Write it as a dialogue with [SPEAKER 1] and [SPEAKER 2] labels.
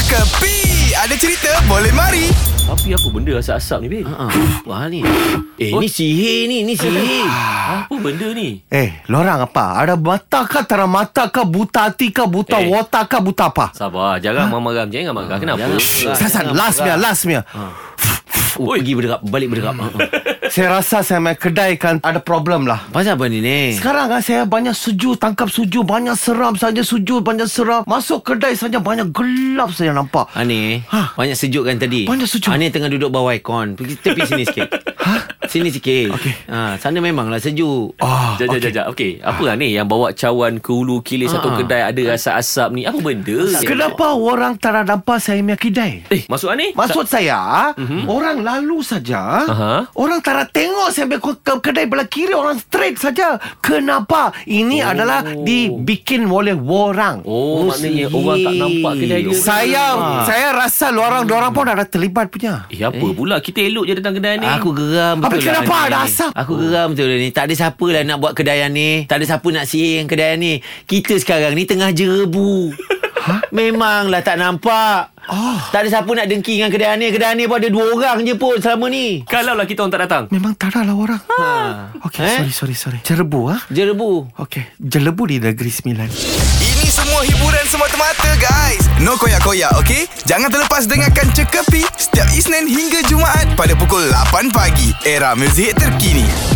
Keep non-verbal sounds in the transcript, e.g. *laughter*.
[SPEAKER 1] Kepi Ada cerita boleh mari
[SPEAKER 2] Tapi apa benda asap-asap ni, Bil?
[SPEAKER 3] Ha. Apa hal ni? Eh,
[SPEAKER 2] Oh.
[SPEAKER 3] ni sihir ni, ni sihir.
[SPEAKER 4] Ah,
[SPEAKER 2] Apa benda ni?
[SPEAKER 4] Eh, lorang apa? Ada mata kah, tara mata kah, buta hati kah, buta
[SPEAKER 2] Eh.
[SPEAKER 4] eh. watak kah, buta apa?
[SPEAKER 2] Sabar, jangan ha? marah macam ni. Jangan marah. Kenapa?
[SPEAKER 3] Jangan.
[SPEAKER 2] Jangan.
[SPEAKER 4] Sasan, last lah. Ah. mia, last mia.
[SPEAKER 3] Oh, pergi berderap, balik berderap. Ha,
[SPEAKER 4] Hmm.
[SPEAKER 3] ha.
[SPEAKER 4] Saya rasa saya main kedai kan ada problem lah.
[SPEAKER 3] *laughs* Pasal apa ni, ni?
[SPEAKER 4] Sekarang kan saya banyak suju, tangkap suju, banyak seram saja suju, banyak seram. Masuk kedai saja banyak gelap saya nampak.
[SPEAKER 3] Ani,
[SPEAKER 4] Ha?
[SPEAKER 3] banyak sejuk kan tadi?
[SPEAKER 4] Banyak sejuk.
[SPEAKER 3] Ani tengah duduk bawah aircon. Pergi tepi sini
[SPEAKER 4] *laughs*
[SPEAKER 3] sikit. Ha? Sini sikit. Okay. Ha, sana memanglah sejuk.
[SPEAKER 4] Ah,
[SPEAKER 2] Jap, jap, jap, jap. Okey, apa lah ni yang bawa cawan ke Ulu Kilis
[SPEAKER 3] Ha,
[SPEAKER 2] satu
[SPEAKER 3] ha.
[SPEAKER 2] kedai ada asap-asap ni? Apa benda?
[SPEAKER 4] kenapa orang tak nampak saya punya kedai?
[SPEAKER 2] Eh, masuk lah ni?
[SPEAKER 4] Maksud saya mm-hmm. Orang lalu saja
[SPEAKER 2] Aha.
[SPEAKER 4] Orang tak nak tengok Sampai ke ke kedai belah kiri Orang straight saja Kenapa Ini oh. adalah Dibikin oleh orang
[SPEAKER 2] Oh, maknanya orang tak nampak kedai dia.
[SPEAKER 4] Saya Saya rasa lah Orang orang pun ada terlibat punya
[SPEAKER 2] Eh, apa eh. pula? Kita elok je datang kedai ni.
[SPEAKER 3] Aku geram
[SPEAKER 4] Habis
[SPEAKER 3] betul lah
[SPEAKER 4] kenapa
[SPEAKER 3] ni.
[SPEAKER 4] ada asap?
[SPEAKER 3] Aku geram betul lah ni Tak ada siapa lah nak buat kedai ni Tak ada siapa nak sihir yang kedai ni Kita sekarang ni tengah
[SPEAKER 4] *laughs*
[SPEAKER 3] jerebu Memanglah tak nampak
[SPEAKER 4] Ha? Oh.
[SPEAKER 3] Tak ada siapa nak dengki dengan kedai ni Kedai ni pun ada dua orang je pun selama ni
[SPEAKER 2] Kalau lah kita orang tak datang.
[SPEAKER 4] Memang tak ada lah orang
[SPEAKER 3] ha. Eh?
[SPEAKER 4] Okay eh? sorry sorry sorry Jerebu ha?
[SPEAKER 3] Jerebu
[SPEAKER 4] Okay Jelebu di negeri sembilan
[SPEAKER 1] Ini semua hiburan semata-mata guys No koyak-koyak ok Jangan terlepas dengarkan Cekapi Setiap Isnin hingga Jumaat Pada pukul 8 pagi Era muzik terkini